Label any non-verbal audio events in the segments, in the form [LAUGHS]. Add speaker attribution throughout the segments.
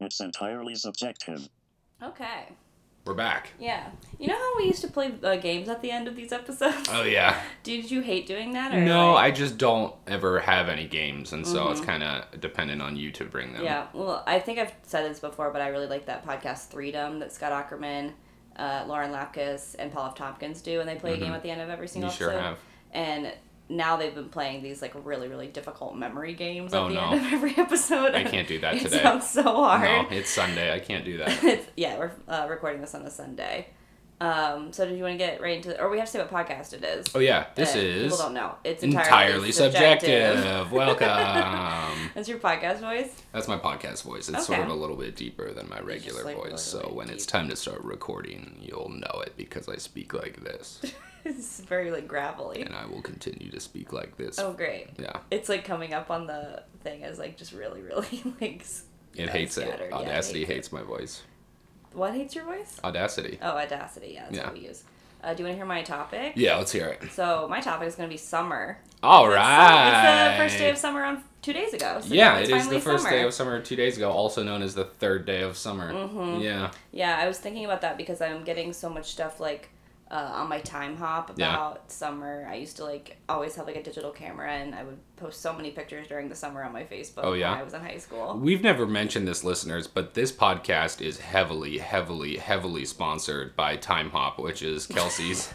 Speaker 1: is entirely subjective.
Speaker 2: Okay.
Speaker 3: We're back.
Speaker 2: Yeah. You know how we used to play uh, games at the end of these episodes?
Speaker 3: Oh yeah.
Speaker 2: [LAUGHS] Did you hate doing that? Or
Speaker 3: No,
Speaker 2: like-
Speaker 3: I just don't ever have any games, and so it's kind of dependent on you to bring them.
Speaker 2: Mm-hmm. Yeah. Well, I think I've said this before, but I really like that podcast Threedom that Scott Ackerman, uh, Lauren Lapkus, and Paul F. Tompkins do, and they play a game at the end of every single
Speaker 3: Mm-hmm. You sure
Speaker 2: episode.
Speaker 3: have.
Speaker 2: And now they've been playing these like really really difficult memory games
Speaker 3: Oh,
Speaker 2: at the
Speaker 3: no.
Speaker 2: end of every episode.
Speaker 3: I can't do
Speaker 2: [LAUGHS]
Speaker 3: that
Speaker 2: it
Speaker 3: today.
Speaker 2: sounds so
Speaker 3: No,
Speaker 2: hard.
Speaker 3: it's Sunday. I can't do
Speaker 2: [LAUGHS]
Speaker 3: that.
Speaker 2: it's, yeah, we're uh, recording this on a Sunday. Um, so did you want to get right into it, or we have to say what podcast it is?
Speaker 3: Oh yeah, this
Speaker 2: Uh,
Speaker 3: is
Speaker 2: people don't know. It's entirely,
Speaker 3: entirely
Speaker 2: subjective. [LAUGHS]
Speaker 3: subjective. [LAUGHS] Welcome.
Speaker 2: That's your podcast voice. [LAUGHS]
Speaker 3: That's my podcast voice. It's sort
Speaker 2: Okay.
Speaker 3: of a little bit deeper than my regular
Speaker 2: like,
Speaker 3: voice, so
Speaker 2: literally
Speaker 3: when it's time to start recording, you'll know it because I speak like this,
Speaker 2: It's very like gravelly.
Speaker 3: and I will continue to speak like
Speaker 2: [LAUGHS]
Speaker 3: this.
Speaker 2: Oh great.
Speaker 3: Yeah,
Speaker 2: It's like coming up on the thing as like just really, [LAUGHS] really like s-
Speaker 3: it
Speaker 2: uh,
Speaker 3: hates
Speaker 2: scattered.
Speaker 3: it.
Speaker 2: Yeah,
Speaker 3: Audacity
Speaker 2: hates it.
Speaker 3: hates my voice.
Speaker 2: What hates your voice?
Speaker 3: Audacity.
Speaker 2: Oh, Audacity. Yeah, that's
Speaker 3: Yeah.
Speaker 2: what we use. Uh, do you want to hear my topic?
Speaker 3: Yeah, let's hear it.
Speaker 2: So my topic is going to be summer.
Speaker 3: All
Speaker 2: It's
Speaker 3: right.
Speaker 2: the first day of summer on two days ago. So
Speaker 3: yeah,
Speaker 2: now
Speaker 3: it
Speaker 2: it's
Speaker 3: is the
Speaker 2: finally
Speaker 3: first
Speaker 2: summer.
Speaker 3: day of summer two days ago, also known as the third day of summer.
Speaker 2: Mm-hmm.
Speaker 3: Yeah.
Speaker 2: Yeah, I was thinking about that because I'm getting so much stuff like uh, on my time hop about
Speaker 3: Yeah.
Speaker 2: summer. I used to like always have like a digital camera and I would post so many pictures during the summer on my Facebook
Speaker 3: Oh, yeah?
Speaker 2: when I was in high school.
Speaker 3: We've never mentioned this, listeners, but this podcast is heavily, heavily, heavily sponsored by Time Hop, which
Speaker 2: [LAUGHS]
Speaker 3: is Kelsey's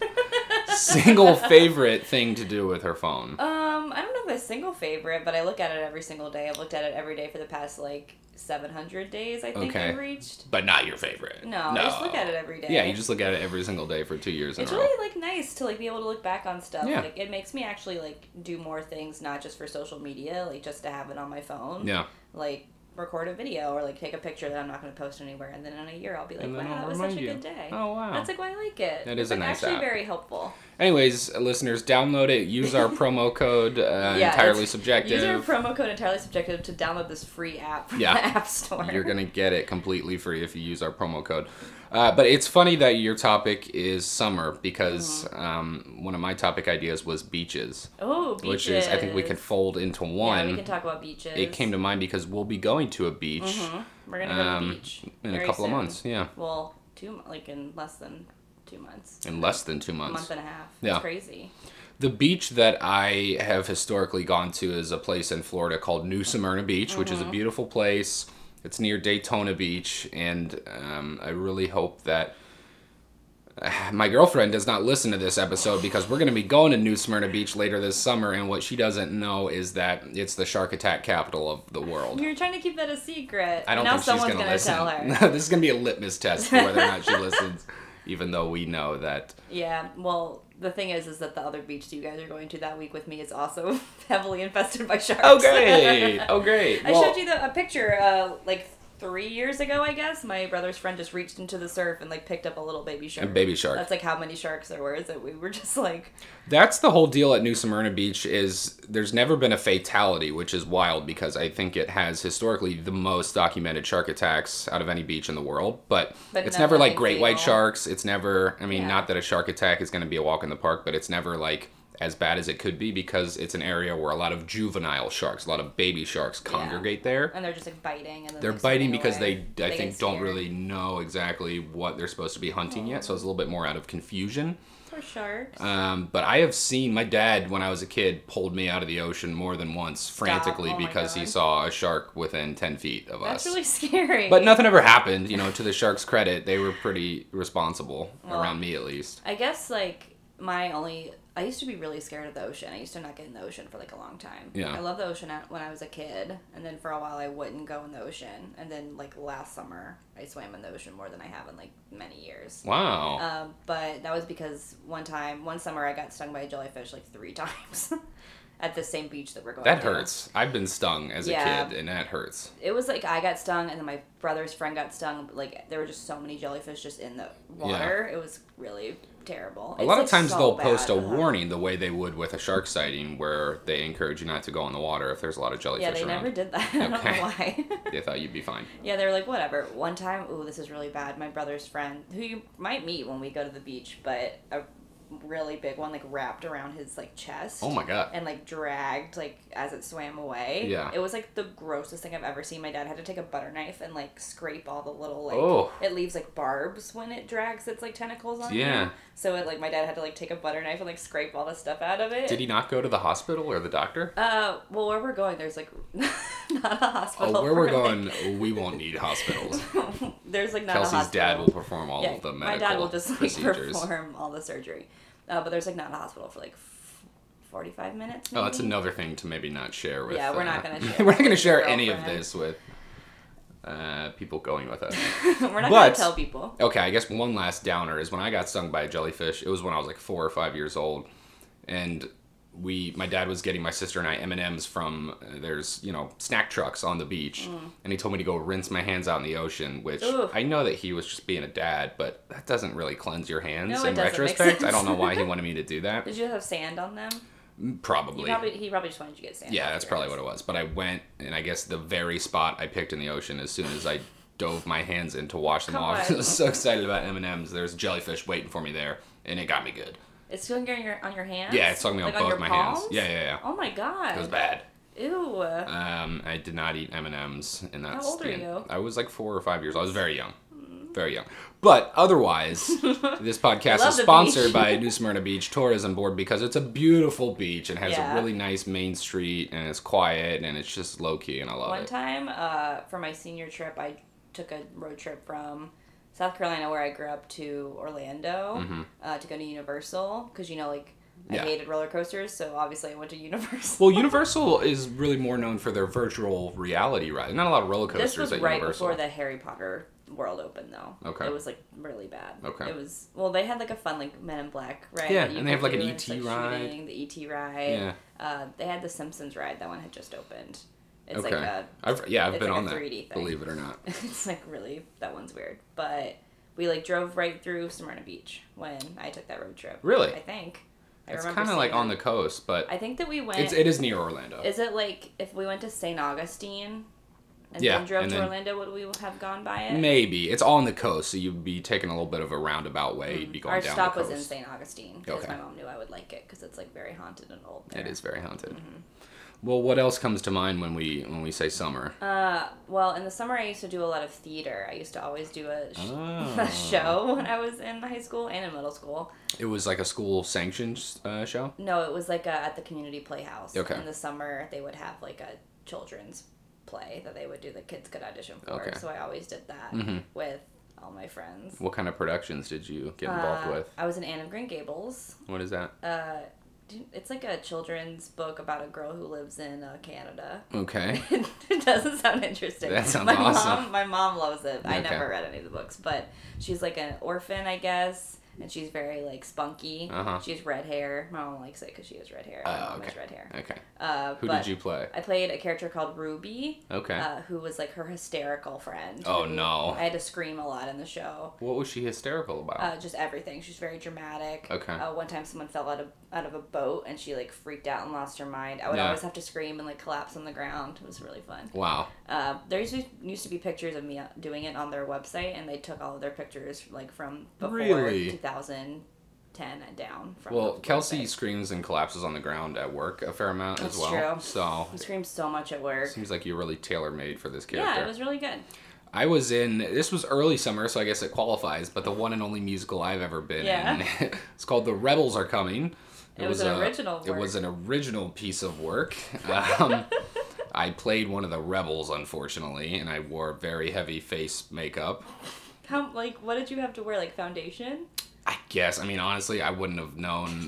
Speaker 3: single favorite thing to do with her phone.
Speaker 2: Um, I don't know if a single favorite, but I look at it every single day. I've looked at it every day for the past like 700 days, I think
Speaker 3: Okay.
Speaker 2: I've reached.
Speaker 3: But not your favorite.
Speaker 2: No, I just look at it every day.
Speaker 3: Yeah, you just look at it every single day for two years
Speaker 2: It's
Speaker 3: in a row.
Speaker 2: really like nice to like be able to look back on stuff.
Speaker 3: Yeah.
Speaker 2: Like it makes me actually like do more things not just for social media, like just to have it on my phone.
Speaker 3: Yeah.
Speaker 2: Like record a video or like take a picture that I'm not going to post anywhere and then in a year I'll be like,
Speaker 3: And then
Speaker 2: "Wow,
Speaker 3: I'll
Speaker 2: that was such a
Speaker 3: remind you."
Speaker 2: good day."
Speaker 3: Oh, wow.
Speaker 2: That's like why I like it.
Speaker 3: That
Speaker 2: That
Speaker 3: is
Speaker 2: is it's,
Speaker 3: a
Speaker 2: like,
Speaker 3: nice
Speaker 2: actually
Speaker 3: app.
Speaker 2: very helpful.
Speaker 3: Anyways, listeners, download it. Use
Speaker 2: [LAUGHS]
Speaker 3: our promo code uh, entirely
Speaker 2: it's- Use our
Speaker 3: subjective.
Speaker 2: promo code entirely subjective to download this free app from
Speaker 3: Yeah.
Speaker 2: the App Store.
Speaker 3: You're gonna get it completely free if you use our promo code. Uh, but it's funny that your topic is summer because
Speaker 2: Mm-hmm.
Speaker 3: um, one of my topic ideas was beaches,
Speaker 2: [LAUGHS] Oh, beaches.
Speaker 3: which is I think we can fold into
Speaker 2: Yeah,
Speaker 3: one.
Speaker 2: we can talk about beaches.
Speaker 3: it came to mind because we'll be going to a beach
Speaker 2: We're going to go to
Speaker 3: um,
Speaker 2: the beach
Speaker 3: in a
Speaker 2: Mm-hmm. very
Speaker 3: couple of
Speaker 2: soon.
Speaker 3: months. Yeah,
Speaker 2: Well, two mo- like in less than 2 months.
Speaker 3: in less than two
Speaker 2: A
Speaker 3: months.
Speaker 2: month and a half.
Speaker 3: Yeah.
Speaker 2: It's crazy.
Speaker 3: The beach that I have historically gone to is a place in Florida called New Smyrna Beach, which
Speaker 2: Mm-hmm.
Speaker 3: is a beautiful place. It's near Daytona Beach, and um, I really hope that [SIGHS] my girlfriend does not listen to this episode because we're going to be going to New Smyrna Beach later this summer, and what she doesn't know is that it's the shark attack capital of the world.
Speaker 2: You're trying to keep that a secret.
Speaker 3: I don't
Speaker 2: now
Speaker 3: think she's
Speaker 2: someone's
Speaker 3: going to listen. [LAUGHS]
Speaker 2: tell her.
Speaker 3: this is going to be a litmus test for whether or
Speaker 2: [LAUGHS]
Speaker 3: not she listens, even though we know that
Speaker 2: yeah. Well, the thing is, is that the other beach that you guys are going to that week with me is also [LAUGHS] heavily infested by sharks.
Speaker 3: Oh great! Oh great!
Speaker 2: [LAUGHS] I
Speaker 3: Well-
Speaker 2: showed you the, a picture uh, like three years ago, I guess. My brother's friend just reached into the surf and like picked up a little baby shark.
Speaker 3: A baby shark.
Speaker 2: That's like how many sharks there were. Is that we were just like
Speaker 3: That's the whole deal at New Smyrna Beach is there's never been a fatality, which is wild because I think it has historically the most documented shark attacks out of any beach in the world. But,
Speaker 2: But
Speaker 3: it's never like
Speaker 2: nothing
Speaker 3: great white
Speaker 2: fatal.
Speaker 3: sharks. It's never I mean,
Speaker 2: Yeah.
Speaker 3: not that a shark attack is gonna be a walk in the park, but it's never like as bad as it could be because it's an area where a lot of juvenile sharks, a lot of baby sharks congregate there.
Speaker 2: and they're just like biting and then,
Speaker 3: They're
Speaker 2: like,
Speaker 3: biting
Speaker 2: swimming
Speaker 3: because
Speaker 2: away.
Speaker 3: they, I
Speaker 2: get
Speaker 3: think, don't
Speaker 2: scared.
Speaker 3: really know exactly what they're supposed to be hunting yet. So it's a little bit more out of confusion.
Speaker 2: Poor sharks.
Speaker 3: Um, but I have seen my dad when I was a kid pulled me out of the ocean more than once frantically
Speaker 2: Oh my
Speaker 3: because he
Speaker 2: God.
Speaker 3: saw a shark within ten feet of
Speaker 2: That's
Speaker 3: us.
Speaker 2: really [LAUGHS] scary.
Speaker 3: but nothing ever happened, you know. To the shark's credit, they were pretty responsible around me, at least.
Speaker 2: I guess like my only I used to be really scared of the ocean. I used to not get in the ocean for like a long time.
Speaker 3: Yeah.
Speaker 2: I love the ocean at- when I was a kid, and then for a while I wouldn't go in the ocean, and then like last summer I swam in the ocean more than I have in like many years.
Speaker 3: Wow.
Speaker 2: Um, but that was because one time, one summer, I got stung by a jellyfish like three [LAUGHS] times at the same beach that we're going.
Speaker 3: that
Speaker 2: to.
Speaker 3: hurts. I've been stung as
Speaker 2: Yeah.
Speaker 3: a kid, and that hurts.
Speaker 2: It was like I got stung, and then my brother's friend got stung. Like there were just so many jellyfish just in the water. It was really terrible.
Speaker 3: A lot of times they'll post a warning the way they would with a shark sighting, where they encourage you not to go in the water if there's a lot of jellyfish
Speaker 2: Yeah, they
Speaker 3: around.
Speaker 2: never did that. [LAUGHS] I don't
Speaker 3: Okay.
Speaker 2: know why.
Speaker 3: [LAUGHS] They thought you'd be fine.
Speaker 2: yeah, they were like, whatever. One time, ooh, this is really bad. My brother's friend, who you might meet when we go to the beach, but uh, really big one like wrapped around his like chest.
Speaker 3: Oh my god.
Speaker 2: and like dragged like as it swam away.
Speaker 3: Yeah.
Speaker 2: It was like the grossest thing I've ever seen. My dad had to take a butter knife and like scrape all the little like
Speaker 3: Oh.
Speaker 2: it leaves like barbs when it drags its like tentacles on. you.
Speaker 3: Yeah.
Speaker 2: So it like my dad had to like take a butter knife and like scrape all the stuff out of it.
Speaker 3: Did he not go to the hospital or the doctor?
Speaker 2: Uh, well, where we're going, there's like [LAUGHS] not a hospital.
Speaker 3: Oh, where we're
Speaker 2: like-
Speaker 3: going, we won't need hospitals.
Speaker 2: there's like [LAUGHS] not a
Speaker 3: Kelsey's
Speaker 2: hospital.
Speaker 3: dad will perform all
Speaker 2: Yeah,
Speaker 3: of the
Speaker 2: my
Speaker 3: medical
Speaker 2: dad will just like
Speaker 3: procedures.
Speaker 2: perform all the surgery, uh, but there's like not a hospital for like f- forty-five minutes. Maybe?
Speaker 3: Oh, that's another thing to maybe not share with.
Speaker 2: Yeah, we're not
Speaker 3: uh, [LAUGHS]
Speaker 2: gonna share
Speaker 3: we're not gonna
Speaker 2: with
Speaker 3: share
Speaker 2: your
Speaker 3: any of
Speaker 2: girlfriend.
Speaker 3: this with uh, people going with us.
Speaker 2: [LAUGHS] we're not gonna
Speaker 3: But-
Speaker 2: tell people.
Speaker 3: okay, I guess one last downer is when I got stung by a jellyfish. It was when I was like four or five years old, and we, my dad was getting my sister and I M and M's from uh, there's you know snack trucks on the beach, and he told me to go rinse my hands out in the ocean. Which
Speaker 2: Mm. Oof.
Speaker 3: I know that he was just being a dad, but that doesn't really cleanse your hands.
Speaker 2: No, it
Speaker 3: in
Speaker 2: doesn't. Makes
Speaker 3: retrospect, I don't
Speaker 2: sense.
Speaker 3: know why
Speaker 2: [LAUGHS]
Speaker 3: he wanted me to do that.
Speaker 2: Did you have sand on them? You
Speaker 3: Probably.
Speaker 2: probably he probably just wanted you to get sand.
Speaker 3: Yeah, that's probably what it was. But I went, and I guess the very spot I picked in the ocean, as soon as I dove my hands in to wash them
Speaker 2: Come
Speaker 3: off, [LAUGHS]
Speaker 2: on.
Speaker 3: I was so excited about M and M's. There's jellyfish waiting for me there, and it got me good.
Speaker 2: It's feeling on your on your hands.
Speaker 3: Yeah, it stung me
Speaker 2: Like
Speaker 3: on both
Speaker 2: your
Speaker 3: my hands.
Speaker 2: palms?
Speaker 3: Yeah, yeah, yeah.
Speaker 2: Oh my god.
Speaker 3: It was bad.
Speaker 2: Ew.
Speaker 3: Um, I did not eat M and M's, and that's
Speaker 2: old
Speaker 3: the
Speaker 2: were
Speaker 3: end.
Speaker 2: you?
Speaker 3: I was like four or five years. old. I was very young, very young. But
Speaker 2: [LAUGHS]
Speaker 3: otherwise, this podcast
Speaker 2: Love
Speaker 3: is
Speaker 2: the
Speaker 3: sponsored
Speaker 2: beach.
Speaker 3: by New Smyrna Beach Tourism Board because it's a beautiful beach and has
Speaker 2: Yeah.
Speaker 3: a really nice main street, and it's quiet and it's just low key, and I love
Speaker 2: One
Speaker 3: it.
Speaker 2: time, uh, for my senior trip, I took a road trip from South Carolina, where I grew up, to Orlando uh, to go to Universal because you know, like I
Speaker 3: Mm-hmm. Yeah.
Speaker 2: hated roller coasters, so obviously I went to [LAUGHS] Universal.
Speaker 3: Well, Universal is really more known for their virtual reality ride. Not a lot of roller coasters
Speaker 2: this was
Speaker 3: at
Speaker 2: right
Speaker 3: Universal.
Speaker 2: before the Harry Potter world opened, though.
Speaker 3: Okay.
Speaker 2: It was like really bad.
Speaker 3: Okay.
Speaker 2: It was well, they had like a fun like Men in Black ride.
Speaker 3: Yeah,
Speaker 2: that you
Speaker 3: and they have,
Speaker 2: could
Speaker 3: like, an
Speaker 2: do,
Speaker 3: ET
Speaker 2: it's, like,
Speaker 3: ride.
Speaker 2: shooting, the ET ride.
Speaker 3: Yeah.
Speaker 2: Uh, they had the Simpsons ride. That one had just opened. It's
Speaker 3: okay.
Speaker 2: like a
Speaker 3: I've, yeah, I've
Speaker 2: it's
Speaker 3: been
Speaker 2: like a
Speaker 3: on that.
Speaker 2: 3D thing.
Speaker 3: Believe it
Speaker 2: [LAUGHS]
Speaker 3: or not.
Speaker 2: it's like really that one's weird but we like drove right through smyrna beach when i took that road trip
Speaker 3: Really?
Speaker 2: i think I
Speaker 3: It's
Speaker 2: remember
Speaker 3: kind of like
Speaker 2: seeing
Speaker 3: on the
Speaker 2: it.
Speaker 3: coast, but
Speaker 2: i think that we went
Speaker 3: it's it is near Orlando.
Speaker 2: is it like if we went to st augustine and
Speaker 3: Yeah,
Speaker 2: then drove
Speaker 3: and
Speaker 2: to
Speaker 3: then-
Speaker 2: orlando would we have gone by it
Speaker 3: Maybe it's on the coast, so you'd be taking a little bit of a roundabout way. You'd be going
Speaker 2: Mm-hmm. our
Speaker 3: down
Speaker 2: stop
Speaker 3: the
Speaker 2: was
Speaker 3: coast.
Speaker 2: in st augustine because
Speaker 3: Okay.
Speaker 2: my mom knew i would like it because it's like very haunted and old there. Mm-hmm.
Speaker 3: It is very haunted. Well, what else comes to mind when we when we say summer?
Speaker 2: Uh, well, in the summer, I used to do a lot of theater. I used to always do a, sh- [LAUGHS]
Speaker 3: Oh.
Speaker 2: a show when I was in high school and in middle school.
Speaker 3: it was like a school sanctioned uh, show.
Speaker 2: No, it was like uh at the community playhouse.
Speaker 3: Okay.
Speaker 2: In the summer, they would have like a children's play that they would do. The kids could audition for.
Speaker 3: Okay. Mm-hmm.
Speaker 2: So I always did that with all my friends.
Speaker 3: What kind of productions did you get involved
Speaker 2: Uh,
Speaker 3: with?
Speaker 2: I was in Anne of Green Gables.
Speaker 3: What is that?
Speaker 2: Uh, do- it's like a children's book about a girl who lives in uh, Canada. [LAUGHS]
Speaker 3: Okay. [LAUGHS]
Speaker 2: it doesn't sound interesting.
Speaker 3: That sounds
Speaker 2: my
Speaker 3: awesome.
Speaker 2: Mom, my mom loves it. I
Speaker 3: Okay.
Speaker 2: never read any of the books, but she's like an orphan, I guess, and she's very like spunky.
Speaker 3: Uh-huh.
Speaker 2: She has red hair. My mom likes it because she has red hair. my
Speaker 3: Oh,
Speaker 2: mom has
Speaker 3: okay.
Speaker 2: red hair.
Speaker 3: Okay.
Speaker 2: Uh,
Speaker 3: Who
Speaker 2: but
Speaker 3: did you play?
Speaker 2: I played a character called Ruby,
Speaker 3: Okay.
Speaker 2: uh, who was like her hysterical friend.
Speaker 3: Oh,
Speaker 2: who-
Speaker 3: no.
Speaker 2: I had to scream a lot in the show.
Speaker 3: What was she hysterical about?
Speaker 2: Uh, just everything. She's very dramatic.
Speaker 3: Okay.
Speaker 2: Uh, one time, someone fell out of out of a boat, and she like freaked out and lost her mind. I would
Speaker 3: Yeah.
Speaker 2: always have to scream and like collapse on the ground. It was really fun.
Speaker 3: wow.
Speaker 2: Uh, there used to, used to be pictures of me uh, doing it on their website, and they took all of their pictures like from before
Speaker 3: Really?
Speaker 2: 2010 and down. From
Speaker 3: Well,
Speaker 2: the
Speaker 3: Kelsey
Speaker 2: website.
Speaker 3: screams and collapses on the ground at work a fair amount
Speaker 2: That's
Speaker 3: as well.
Speaker 2: true.
Speaker 3: So
Speaker 2: I screamed so much at work.
Speaker 3: seems like you're really tailor made for this character.
Speaker 2: Yeah, it was really good.
Speaker 3: I was in this was early summer, so I guess it qualifies, but the one and only musical I've ever been
Speaker 2: Yeah.
Speaker 3: in. [LAUGHS] it's called The Rebels Are Coming.
Speaker 2: It was an original
Speaker 3: It
Speaker 2: work.
Speaker 3: was an original piece of
Speaker 2: [LAUGHS]
Speaker 3: work. Um, I played one of the rebels, unfortunately, and I wore very heavy face makeup.
Speaker 2: How like what did you have to wear like foundation?
Speaker 3: I guess. I mean, honestly, I wouldn't have known.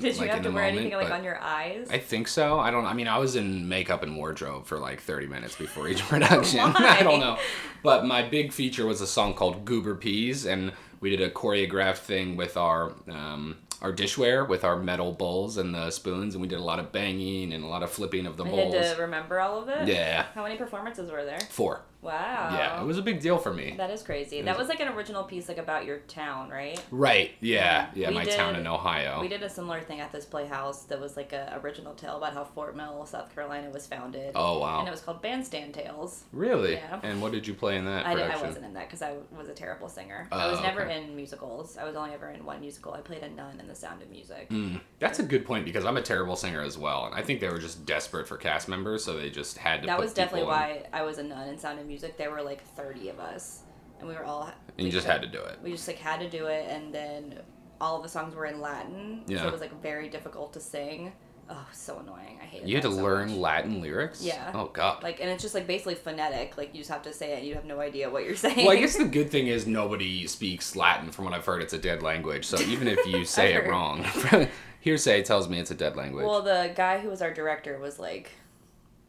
Speaker 2: [LAUGHS] Did you
Speaker 3: like,
Speaker 2: have
Speaker 3: in
Speaker 2: to
Speaker 3: the
Speaker 2: wear
Speaker 3: moment,
Speaker 2: anything like
Speaker 3: but-
Speaker 2: on your eyes?
Speaker 3: I think so. I don't. I mean, I was in makeup and wardrobe for like thirty minutes before
Speaker 2: [LAUGHS]
Speaker 3: each [LAUGHS] production. I don't know. But my big feature was a song called "Goober Peas," and we did a choreographed thing with our um, our dishware with our metal bowls and the spoons, and we did a lot of banging and a lot of flipping of the
Speaker 2: I
Speaker 3: bowls.
Speaker 2: had to remember all of it.
Speaker 3: Yeah,
Speaker 2: How many performances were there?
Speaker 3: four.
Speaker 2: Wow.
Speaker 3: Yeah, it was a big deal for me.
Speaker 2: That is crazy. That was like an original piece, like about your town, right?
Speaker 3: Right. Yeah. Yeah.
Speaker 2: We
Speaker 3: my
Speaker 2: did-
Speaker 3: town in Ohio.
Speaker 2: We did a similar thing at this playhouse that was like a original tale about how Fort Mill, South Carolina, was founded.
Speaker 3: Oh wow.
Speaker 2: And it was called Bandstand Tales.
Speaker 3: really?
Speaker 2: Yeah.
Speaker 3: And what did you play in that
Speaker 2: I, did,
Speaker 3: production?
Speaker 2: I wasn't in that because I was a terrible singer.
Speaker 3: Oh,
Speaker 2: I was never
Speaker 3: okay.
Speaker 2: in musicals. I was only ever in one musical. I played a nun in The Sound of Music.
Speaker 3: Mm. That's a good point because I'm a terrible singer as well, and I think they were just desperate for cast members, so they just had to.
Speaker 2: That
Speaker 3: put
Speaker 2: was definitely
Speaker 3: people in,
Speaker 2: why I was a nun in Sound of Music. There were like 30 of us, and we were all.
Speaker 3: And you just had to do it.
Speaker 2: We just like had to do it, and then all of the songs were in Latin, so
Speaker 3: Yeah.
Speaker 2: it was like very difficult to sing. Oh, so annoying! I hated.
Speaker 3: You had
Speaker 2: that
Speaker 3: to
Speaker 2: so
Speaker 3: learn
Speaker 2: much.
Speaker 3: Latin lyrics.
Speaker 2: Yeah.
Speaker 3: Oh God.
Speaker 2: like, and it's just like basically phonetic. Like you just have to say it, and you have no idea what you're [LAUGHS] saying.
Speaker 3: well, I guess the good thing is nobody speaks Latin. From what I've heard, it's a dead language. So even
Speaker 2: [LAUGHS]
Speaker 3: if you say it
Speaker 2: heard.
Speaker 3: wrong, [LAUGHS] hearsay tells me it's a dead language.
Speaker 2: Well, the guy who was our director was like,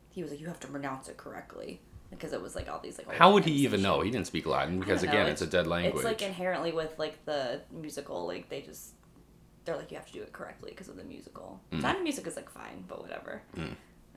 Speaker 2: he was like, you have to pronounce it correctly because it was like all these like. old
Speaker 3: How would he
Speaker 2: names and
Speaker 3: even
Speaker 2: shit.
Speaker 3: know? He didn't speak Latin because
Speaker 2: know,
Speaker 3: again,
Speaker 2: it's-
Speaker 3: it's, a dead language.
Speaker 2: It's like inherently with like the musical, like they just they're like you have to do it correctly because of the musical.
Speaker 3: Mm.
Speaker 2: Sound of Music is like fine, but whatever.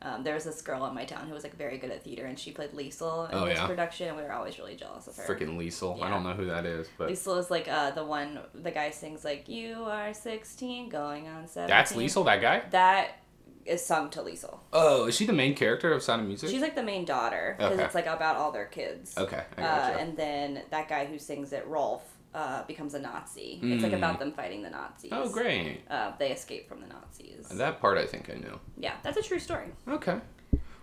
Speaker 2: Um, there was this girl in my town who was like very good at theater, and she played Liesel in
Speaker 3: Oh,
Speaker 2: this
Speaker 3: yeah?
Speaker 2: production, and we were always really jealous of her.
Speaker 3: Freaking Liesel. I
Speaker 2: Yeah.
Speaker 3: don't know who that is, but
Speaker 2: Liesel is like uh, the one the guy sings like you are sixteen going on seventeen.
Speaker 3: that's Liesel, that guy.
Speaker 2: That is sung to Liesel.
Speaker 3: Oh, is she the main character of Sound of Music?
Speaker 2: She's like the main daughter because
Speaker 3: Okay.
Speaker 2: it's like about all their kids.
Speaker 3: okay, I
Speaker 2: Uh,
Speaker 3: gotcha.
Speaker 2: and then that guy who sings it, Rolf, uh, becomes a Nazi. It's like
Speaker 3: Mm.
Speaker 2: about them fighting the Nazis.
Speaker 3: oh, great.
Speaker 2: Uh, they escape from the Nazis.
Speaker 3: That part I think I knew.
Speaker 2: yeah, that's a true story.
Speaker 3: Okay.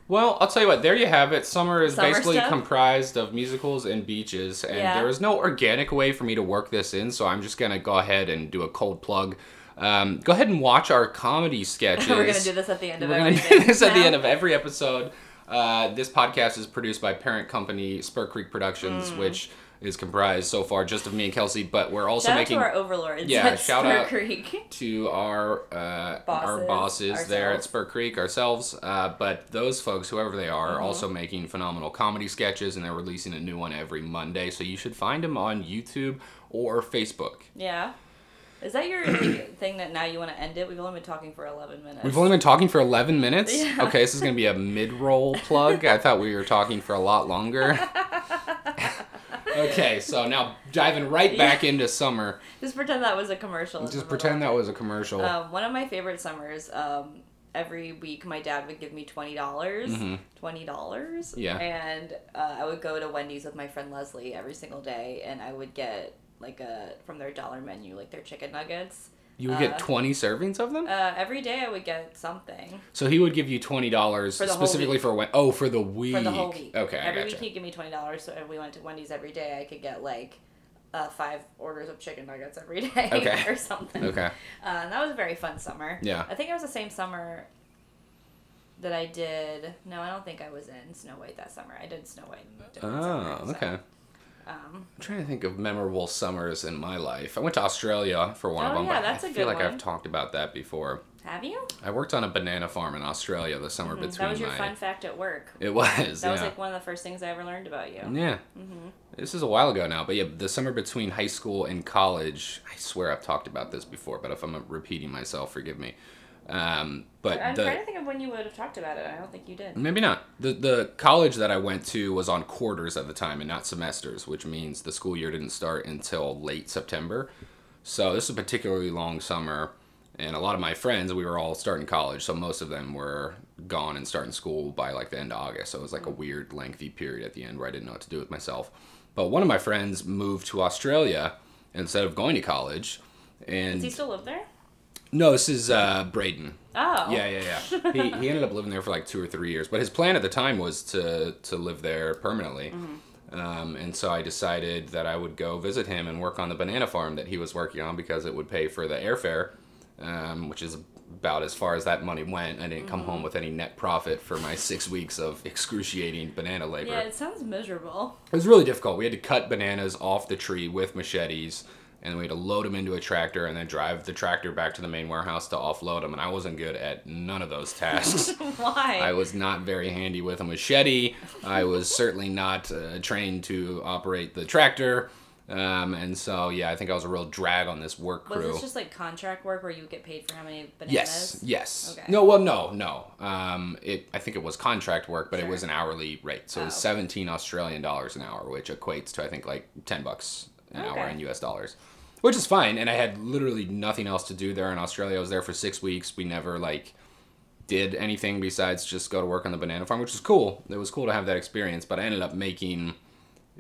Speaker 3: Well, I'll tell you what. There you have it. Summer is
Speaker 2: Summer
Speaker 3: basically
Speaker 2: stuff?
Speaker 3: comprised of musicals and beaches, and
Speaker 2: Yeah.
Speaker 3: there was no organic way for me to work this in, so I'm just gonna go ahead and do a cold plug. Um, go ahead and watch our
Speaker 2: [LAUGHS]
Speaker 3: comedy sketches.
Speaker 2: We're gonna do this at the end of
Speaker 3: We're gonna
Speaker 2: everything.
Speaker 3: [LAUGHS] do this at the
Speaker 2: now.
Speaker 3: end of every episode. Uh, this podcast is produced by parent company Spur Creek Productions,
Speaker 2: Mm.
Speaker 3: which is comprised so far just of me and Kelsey, but we're also
Speaker 2: Shout
Speaker 3: making
Speaker 2: out to our overlords.
Speaker 3: Yeah,
Speaker 2: at
Speaker 3: shout
Speaker 2: Spur
Speaker 3: out-
Speaker 2: Creek. [LAUGHS]
Speaker 3: to our uh, our
Speaker 2: Bosses,
Speaker 3: bosses there at
Speaker 2: ourselves.
Speaker 3: Spur Creek ourselves. Uh, but those folks, whoever they are, are
Speaker 2: Mm-hmm.
Speaker 3: also making phenomenal comedy sketches, and they're releasing a new one every Monday. So you should find them on YouTube or Facebook.
Speaker 2: Yeah. Is that
Speaker 3: [CLEARS THROAT]
Speaker 2: your like, thing that now you want to end it? We've only been talking for 11 minutes.
Speaker 3: We've only been talking for 11 minutes.
Speaker 2: Yeah.
Speaker 3: Okay, this is going to be a
Speaker 2: [LAUGHS]
Speaker 3: mid roll plug. I thought we were talking for a lot longer. okay, so now diving right back into summer.
Speaker 2: Just pretend that was a commercial. in the
Speaker 3: Just
Speaker 2: middle.
Speaker 3: pretend that was a commercial.
Speaker 2: Um, one of my favorite summers. Um, every week, my dad would give me twenty dollars. Twenty dollars.
Speaker 3: Mm-hmm. Yeah.
Speaker 2: And uh, I would go to Wendy's with my friend Leslie every single day, and I would get like a from their dollar menu, like their chicken nuggets.
Speaker 3: you would get
Speaker 2: uh,
Speaker 3: 20 servings of them?
Speaker 2: Uh, every day, I would get something
Speaker 3: So he would give you twenty dollars
Speaker 2: For the whole
Speaker 3: specifically
Speaker 2: week.
Speaker 3: for when? Oh, for the week.
Speaker 2: for the whole week.
Speaker 3: Okay,
Speaker 2: Every
Speaker 3: I gotcha.
Speaker 2: week, he'd give me twenty dollars. So if we went to Wendy's every day, I could get like. Uh, five orders of chicken nuggets every [LAUGHS] day
Speaker 3: Okay.
Speaker 2: or something.
Speaker 3: Okay.
Speaker 2: Uh, and that was a very fun summer.
Speaker 3: Yeah.
Speaker 2: I think it was the same summer that I did. No, I don't think I was in Snow White that summer. I did Snow White. In a different summer,
Speaker 3: Oh,
Speaker 2: so,
Speaker 3: okay.
Speaker 2: um,
Speaker 3: I'm trying to think of memorable summers in my life. I went to Australia for one of
Speaker 2: Oh,
Speaker 3: them,
Speaker 2: yeah,
Speaker 3: but
Speaker 2: that's
Speaker 3: I
Speaker 2: a
Speaker 3: feel
Speaker 2: good
Speaker 3: like I've
Speaker 2: one.
Speaker 3: talked about that before.
Speaker 2: have you?
Speaker 3: I worked on a banana farm in Australia the summer between
Speaker 2: Mm-hmm. that was your
Speaker 3: my.
Speaker 2: fun fact at work.
Speaker 3: It was.
Speaker 2: That
Speaker 3: yeah.
Speaker 2: was like Mm-hmm. one of the first things I ever learned about you.
Speaker 3: Yeah. This is a while ago now, but yeah, the summer between high school and college, I swear I've talked about this before, but if I'm repeating myself, forgive me. Um, but
Speaker 2: I'm
Speaker 3: the, Mm.
Speaker 2: trying to think of when you would have talked about it. I don't think you did.
Speaker 3: Maybe not. The the college that I went to was on quarters at the time and not semesters, which means the school year didn't start until late September. So this is a particularly long summer and a lot of my friends we were all starting college, so most of them were gone and starting school by like the end of August. So it was like a weird lengthy period at the end where I didn't know what to do with myself. But one of my friends moved to Australia instead of going to college and
Speaker 2: Does he still live there?
Speaker 3: no, this is uh, Braden.
Speaker 2: Oh.
Speaker 3: Yeah, yeah, yeah. he, he ended up living there for like two or three years, but his plan at the time was to to live there permanently. Um, and so I decided that I would go visit him and work on the banana farm that he was working on because it would pay for the airfare, um, which is about as far as that money went. I didn't come home with any net profit for my six weeks of excruciating banana labor.
Speaker 2: Yeah, it sounds miserable. [LAUGHS]
Speaker 3: It was really difficult. We had to cut bananas off the tree with machetes, and we had to load them into a tractor and then drive the tractor back to the main warehouse to offload them. And I wasn't good at none of those
Speaker 2: [LAUGHS]
Speaker 3: tasks.
Speaker 2: Why?
Speaker 3: I was not very handy with a machete. I was certainly not uh, trained to operate the tractor. Um, and so yeah, I think I was a real drag on this work
Speaker 2: Was
Speaker 3: crew.
Speaker 2: this just like contract work where you would get paid for how many bananas?
Speaker 3: Yes. Yes.
Speaker 2: Okay.
Speaker 3: No. Well, no, no. Um, it. I think it was contract work, but it
Speaker 2: Sure.
Speaker 3: was an hourly rate, so it was
Speaker 2: Oh.
Speaker 3: seventeen Australian dollars an hour, which equates to I think like ten bucks an hour
Speaker 2: Okay.
Speaker 3: in U.S. dollars, which is fine. And I had literally nothing else to do there in Australia. I was there for six weeks. We never like did anything besides just go to work on the banana farm, which was cool. It was cool to have that experience, but I ended up making,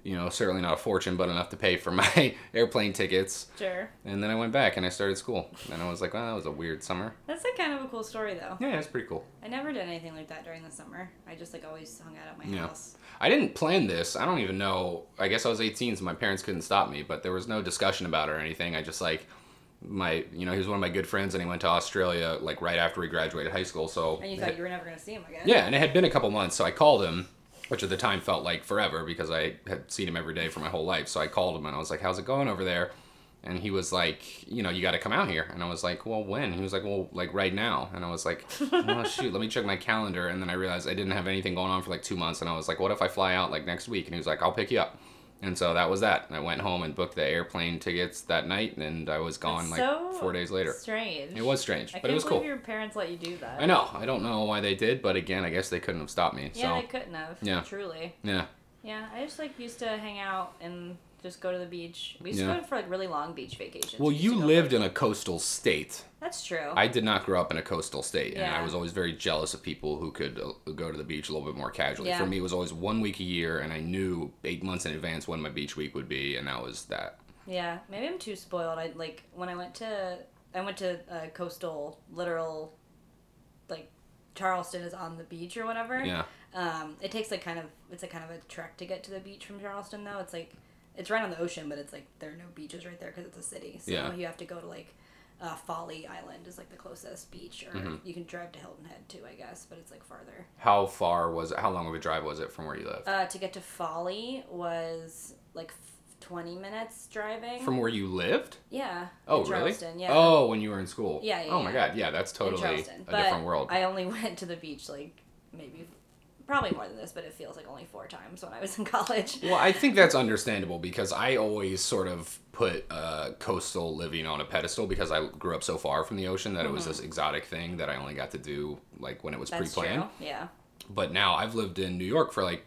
Speaker 3: you know, certainly not a fortune, but enough to pay for [LAUGHS] my airplane tickets.
Speaker 2: Sure.
Speaker 3: And then I went back and I started school. And I was like, well, that was a weird summer.
Speaker 2: That's like kind of a cool story though.
Speaker 3: Yeah, it's pretty cool.
Speaker 2: I never did anything like that during the summer. I just like always hung out at my
Speaker 3: Yeah.
Speaker 2: house.
Speaker 3: I didn't plan this. I don't even know. I guess I was 18, so my parents couldn't stop me, but there was no discussion about it or anything. I just like my, you know, he was one of my good friends, and he went to Australia like right after we graduated high school. So
Speaker 2: And you thought you were never gonna see him again.
Speaker 3: yeah, and it had been a couple months, so I called him, which at the time felt like forever because I had seen him every day for my whole life. So I called him and I was like, "How's it going over there?" And he was like, "You know, you got to come out here." And I was like, "Well, when?" He was like, "Well, like right now." And I was like,
Speaker 2: [LAUGHS]
Speaker 3: "Oh shoot, let me check my calendar." And then I realized I didn't have anything going on for like two months, and I was like, "What if I fly out like next week?" And he was like, "I'll pick you up." And so that was that. And I went home and booked the airplane tickets that night, and I was gone
Speaker 2: That's
Speaker 3: like
Speaker 2: so
Speaker 3: four days later.
Speaker 2: Strange.
Speaker 3: It was strange,
Speaker 2: I
Speaker 3: but it
Speaker 2: can't
Speaker 3: was
Speaker 2: believe
Speaker 3: cool.
Speaker 2: your parents let you do that.
Speaker 3: I know. I don't know why they did, but again, I guess they couldn't have stopped me.
Speaker 2: Yeah,
Speaker 3: so
Speaker 2: they couldn't have.
Speaker 3: Yeah.
Speaker 2: Truly.
Speaker 3: yeah,
Speaker 2: Yeah, I just like used to hang out and just go to the beach. We used
Speaker 3: Yeah.
Speaker 2: to go for like really long beach vacations.
Speaker 3: Well,
Speaker 2: We used
Speaker 3: you
Speaker 2: to go,
Speaker 3: lived
Speaker 2: like-
Speaker 3: in a coastal state.
Speaker 2: That's true.
Speaker 3: I did not grow up in a coastal state, and I
Speaker 2: Yeah.
Speaker 3: was always very jealous of people who could uh, go to the beach a little bit more casually.
Speaker 2: Yeah.
Speaker 3: For me, it was always one week a year, and I knew eight months in advance when my beach week would be, and that was that.
Speaker 2: Yeah, maybe I'm too spoiled. I like when I went to I went to uh, coastal literal, like Charleston is on the beach or whatever.
Speaker 3: Yeah,
Speaker 2: Um, it takes like kind of it's like kind of a trek to get to the beach from Charleston though. It's like it's right on the ocean, but it's like there are no beaches right there because it's a city. So
Speaker 3: Yeah.
Speaker 2: you have to go to like uh, Folly Island is like the closest beach, or
Speaker 3: Mm-hmm.
Speaker 2: you can drive to Hilton Head too, I guess, but it's like farther.
Speaker 3: how far was it? How long of a drive was it from where you lived?
Speaker 2: Uh, to get to Folly was like f- twenty minutes driving.
Speaker 3: from where you lived?
Speaker 2: yeah.
Speaker 3: Oh,
Speaker 2: in
Speaker 3: really?
Speaker 2: Charleston, yeah.
Speaker 3: Oh, when you were in school.
Speaker 2: Yeah, yeah,
Speaker 3: Oh my
Speaker 2: yeah.
Speaker 3: God, yeah, that's totally
Speaker 2: in
Speaker 3: a
Speaker 2: Charleston. but
Speaker 3: different world.
Speaker 2: I only [LAUGHS] went to the beach like maybe, probably more than this, but it feels like only four times when I was in [LAUGHS] college.
Speaker 3: Well, I think that's understandable because I always sort of put uh, coastal living on a pedestal because I grew up so far from the ocean that it was this exotic thing that I only got to do like when it was
Speaker 2: Mm-hmm. That's
Speaker 3: pre-planned.
Speaker 2: true. Yeah.
Speaker 3: But now I've lived in New York for like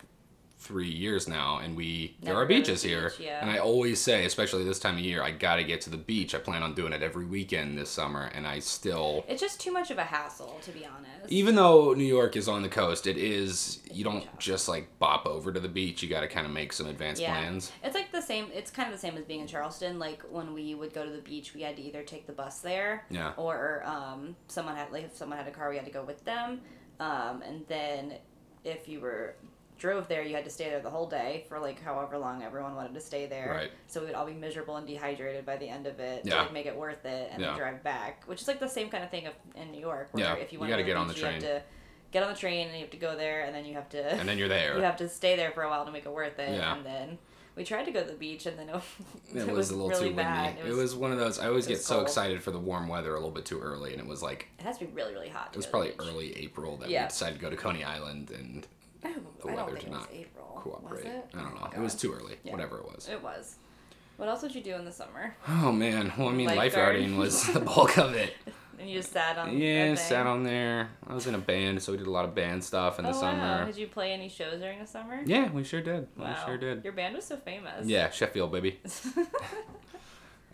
Speaker 3: three years now, and we there
Speaker 2: Never
Speaker 3: are
Speaker 2: go to the
Speaker 3: beaches here.
Speaker 2: beach, yeah.
Speaker 3: And I always say, especially this time of year, I gotta get to the beach. I plan on doing it every weekend this summer, and I still.
Speaker 2: It's just too much of a hassle, to be honest.
Speaker 3: Even though New York is on the coast, it is you don't
Speaker 2: huge hassle.
Speaker 3: just like bop over to the beach. You got to kind of make some advanced
Speaker 2: yeah.
Speaker 3: plans.
Speaker 2: It's like the same. It's kind of the same as being in Charleston. Like when we would go to the beach, we had to either take the bus there,
Speaker 3: Yeah.
Speaker 2: or um, someone had like if someone had a car, we had to go with them, um, and then if you were drove there, you had to stay there the whole day for like however long everyone wanted to stay there.
Speaker 3: Right.
Speaker 2: So we would all be miserable and dehydrated by the end of it
Speaker 3: Yeah.
Speaker 2: to like, make it worth it, and
Speaker 3: Yeah.
Speaker 2: then drive back, which is like the same kind of thing of, in New York. Where
Speaker 3: Yeah,
Speaker 2: If
Speaker 3: you
Speaker 2: you want
Speaker 3: gotta
Speaker 2: to
Speaker 3: get on
Speaker 2: beach,
Speaker 3: the
Speaker 2: you have
Speaker 3: train.
Speaker 2: to get on the train, and you have to go there, and then you have to
Speaker 3: And then you're there.
Speaker 2: you have to stay there for a while to make it worth it.
Speaker 3: Yeah.
Speaker 2: And then we tried to go to the beach, and then it, [LAUGHS]
Speaker 3: It,
Speaker 2: it
Speaker 3: was, a little
Speaker 2: really
Speaker 3: too
Speaker 2: bad.
Speaker 3: windy. It was, one of those. I always
Speaker 2: it
Speaker 3: get
Speaker 2: was
Speaker 3: so
Speaker 2: cold.
Speaker 3: excited for the warm weather a little bit too early, and it was like
Speaker 2: It has to be really, really hot.
Speaker 3: it was probably early April that
Speaker 2: Yeah.
Speaker 3: we decided to go to Coney Island, and
Speaker 2: No, I
Speaker 3: weather
Speaker 2: don't think
Speaker 3: did
Speaker 2: it was
Speaker 3: not
Speaker 2: April.
Speaker 3: cooperate.
Speaker 2: Was it?
Speaker 3: I don't know.
Speaker 2: Oh,
Speaker 3: It was
Speaker 2: God.
Speaker 3: too early.
Speaker 2: Yeah.
Speaker 3: Whatever it was.
Speaker 2: It was. What else would you do in the summer? [LAUGHS]
Speaker 3: Oh man. Well, I mean,
Speaker 2: Lifeguard.
Speaker 3: lifeguarding was
Speaker 2: [LAUGHS]
Speaker 3: the bulk of it.
Speaker 2: And you just sat on.
Speaker 3: Yeah,
Speaker 2: that
Speaker 3: sat
Speaker 2: thing?
Speaker 3: on there. I was in a band, so we did a lot of band stuff in
Speaker 2: Oh
Speaker 3: the
Speaker 2: wow!
Speaker 3: summer.
Speaker 2: Did you play any shows during the summer?
Speaker 3: Yeah, we sure did.
Speaker 2: Wow.
Speaker 3: We sure did.
Speaker 2: Your band was so famous. [LAUGHS]
Speaker 3: Yeah, Sheffield, baby.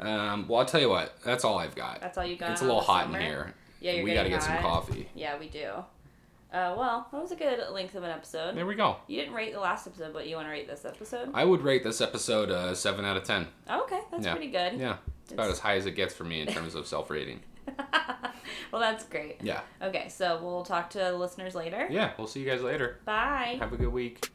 Speaker 3: Um, well, I'll tell you what. That's all I've got.
Speaker 2: That's all you got.
Speaker 3: it's a little
Speaker 2: on the
Speaker 3: hot
Speaker 2: summer?
Speaker 3: in here.
Speaker 2: Yeah, you're
Speaker 3: we gotta
Speaker 2: getting
Speaker 3: get some
Speaker 2: hot.
Speaker 3: coffee.
Speaker 2: Yeah, we do. Uh, well, that was a good length of an episode.
Speaker 3: There we go.
Speaker 2: You didn't rate the last episode, but you want to rate this episode? Oh,
Speaker 3: I would rate this episode a seven out of ten.
Speaker 2: okay, that's
Speaker 3: Yeah.
Speaker 2: pretty good.
Speaker 3: Yeah, it's about as high as it gets for me in terms of self rating.
Speaker 2: [LAUGHS] well, that's great.
Speaker 3: Yeah,
Speaker 2: Okay, so we'll talk to the listeners later.
Speaker 3: yeah. We'll see you guys later.
Speaker 2: Bye.
Speaker 3: Have a good week.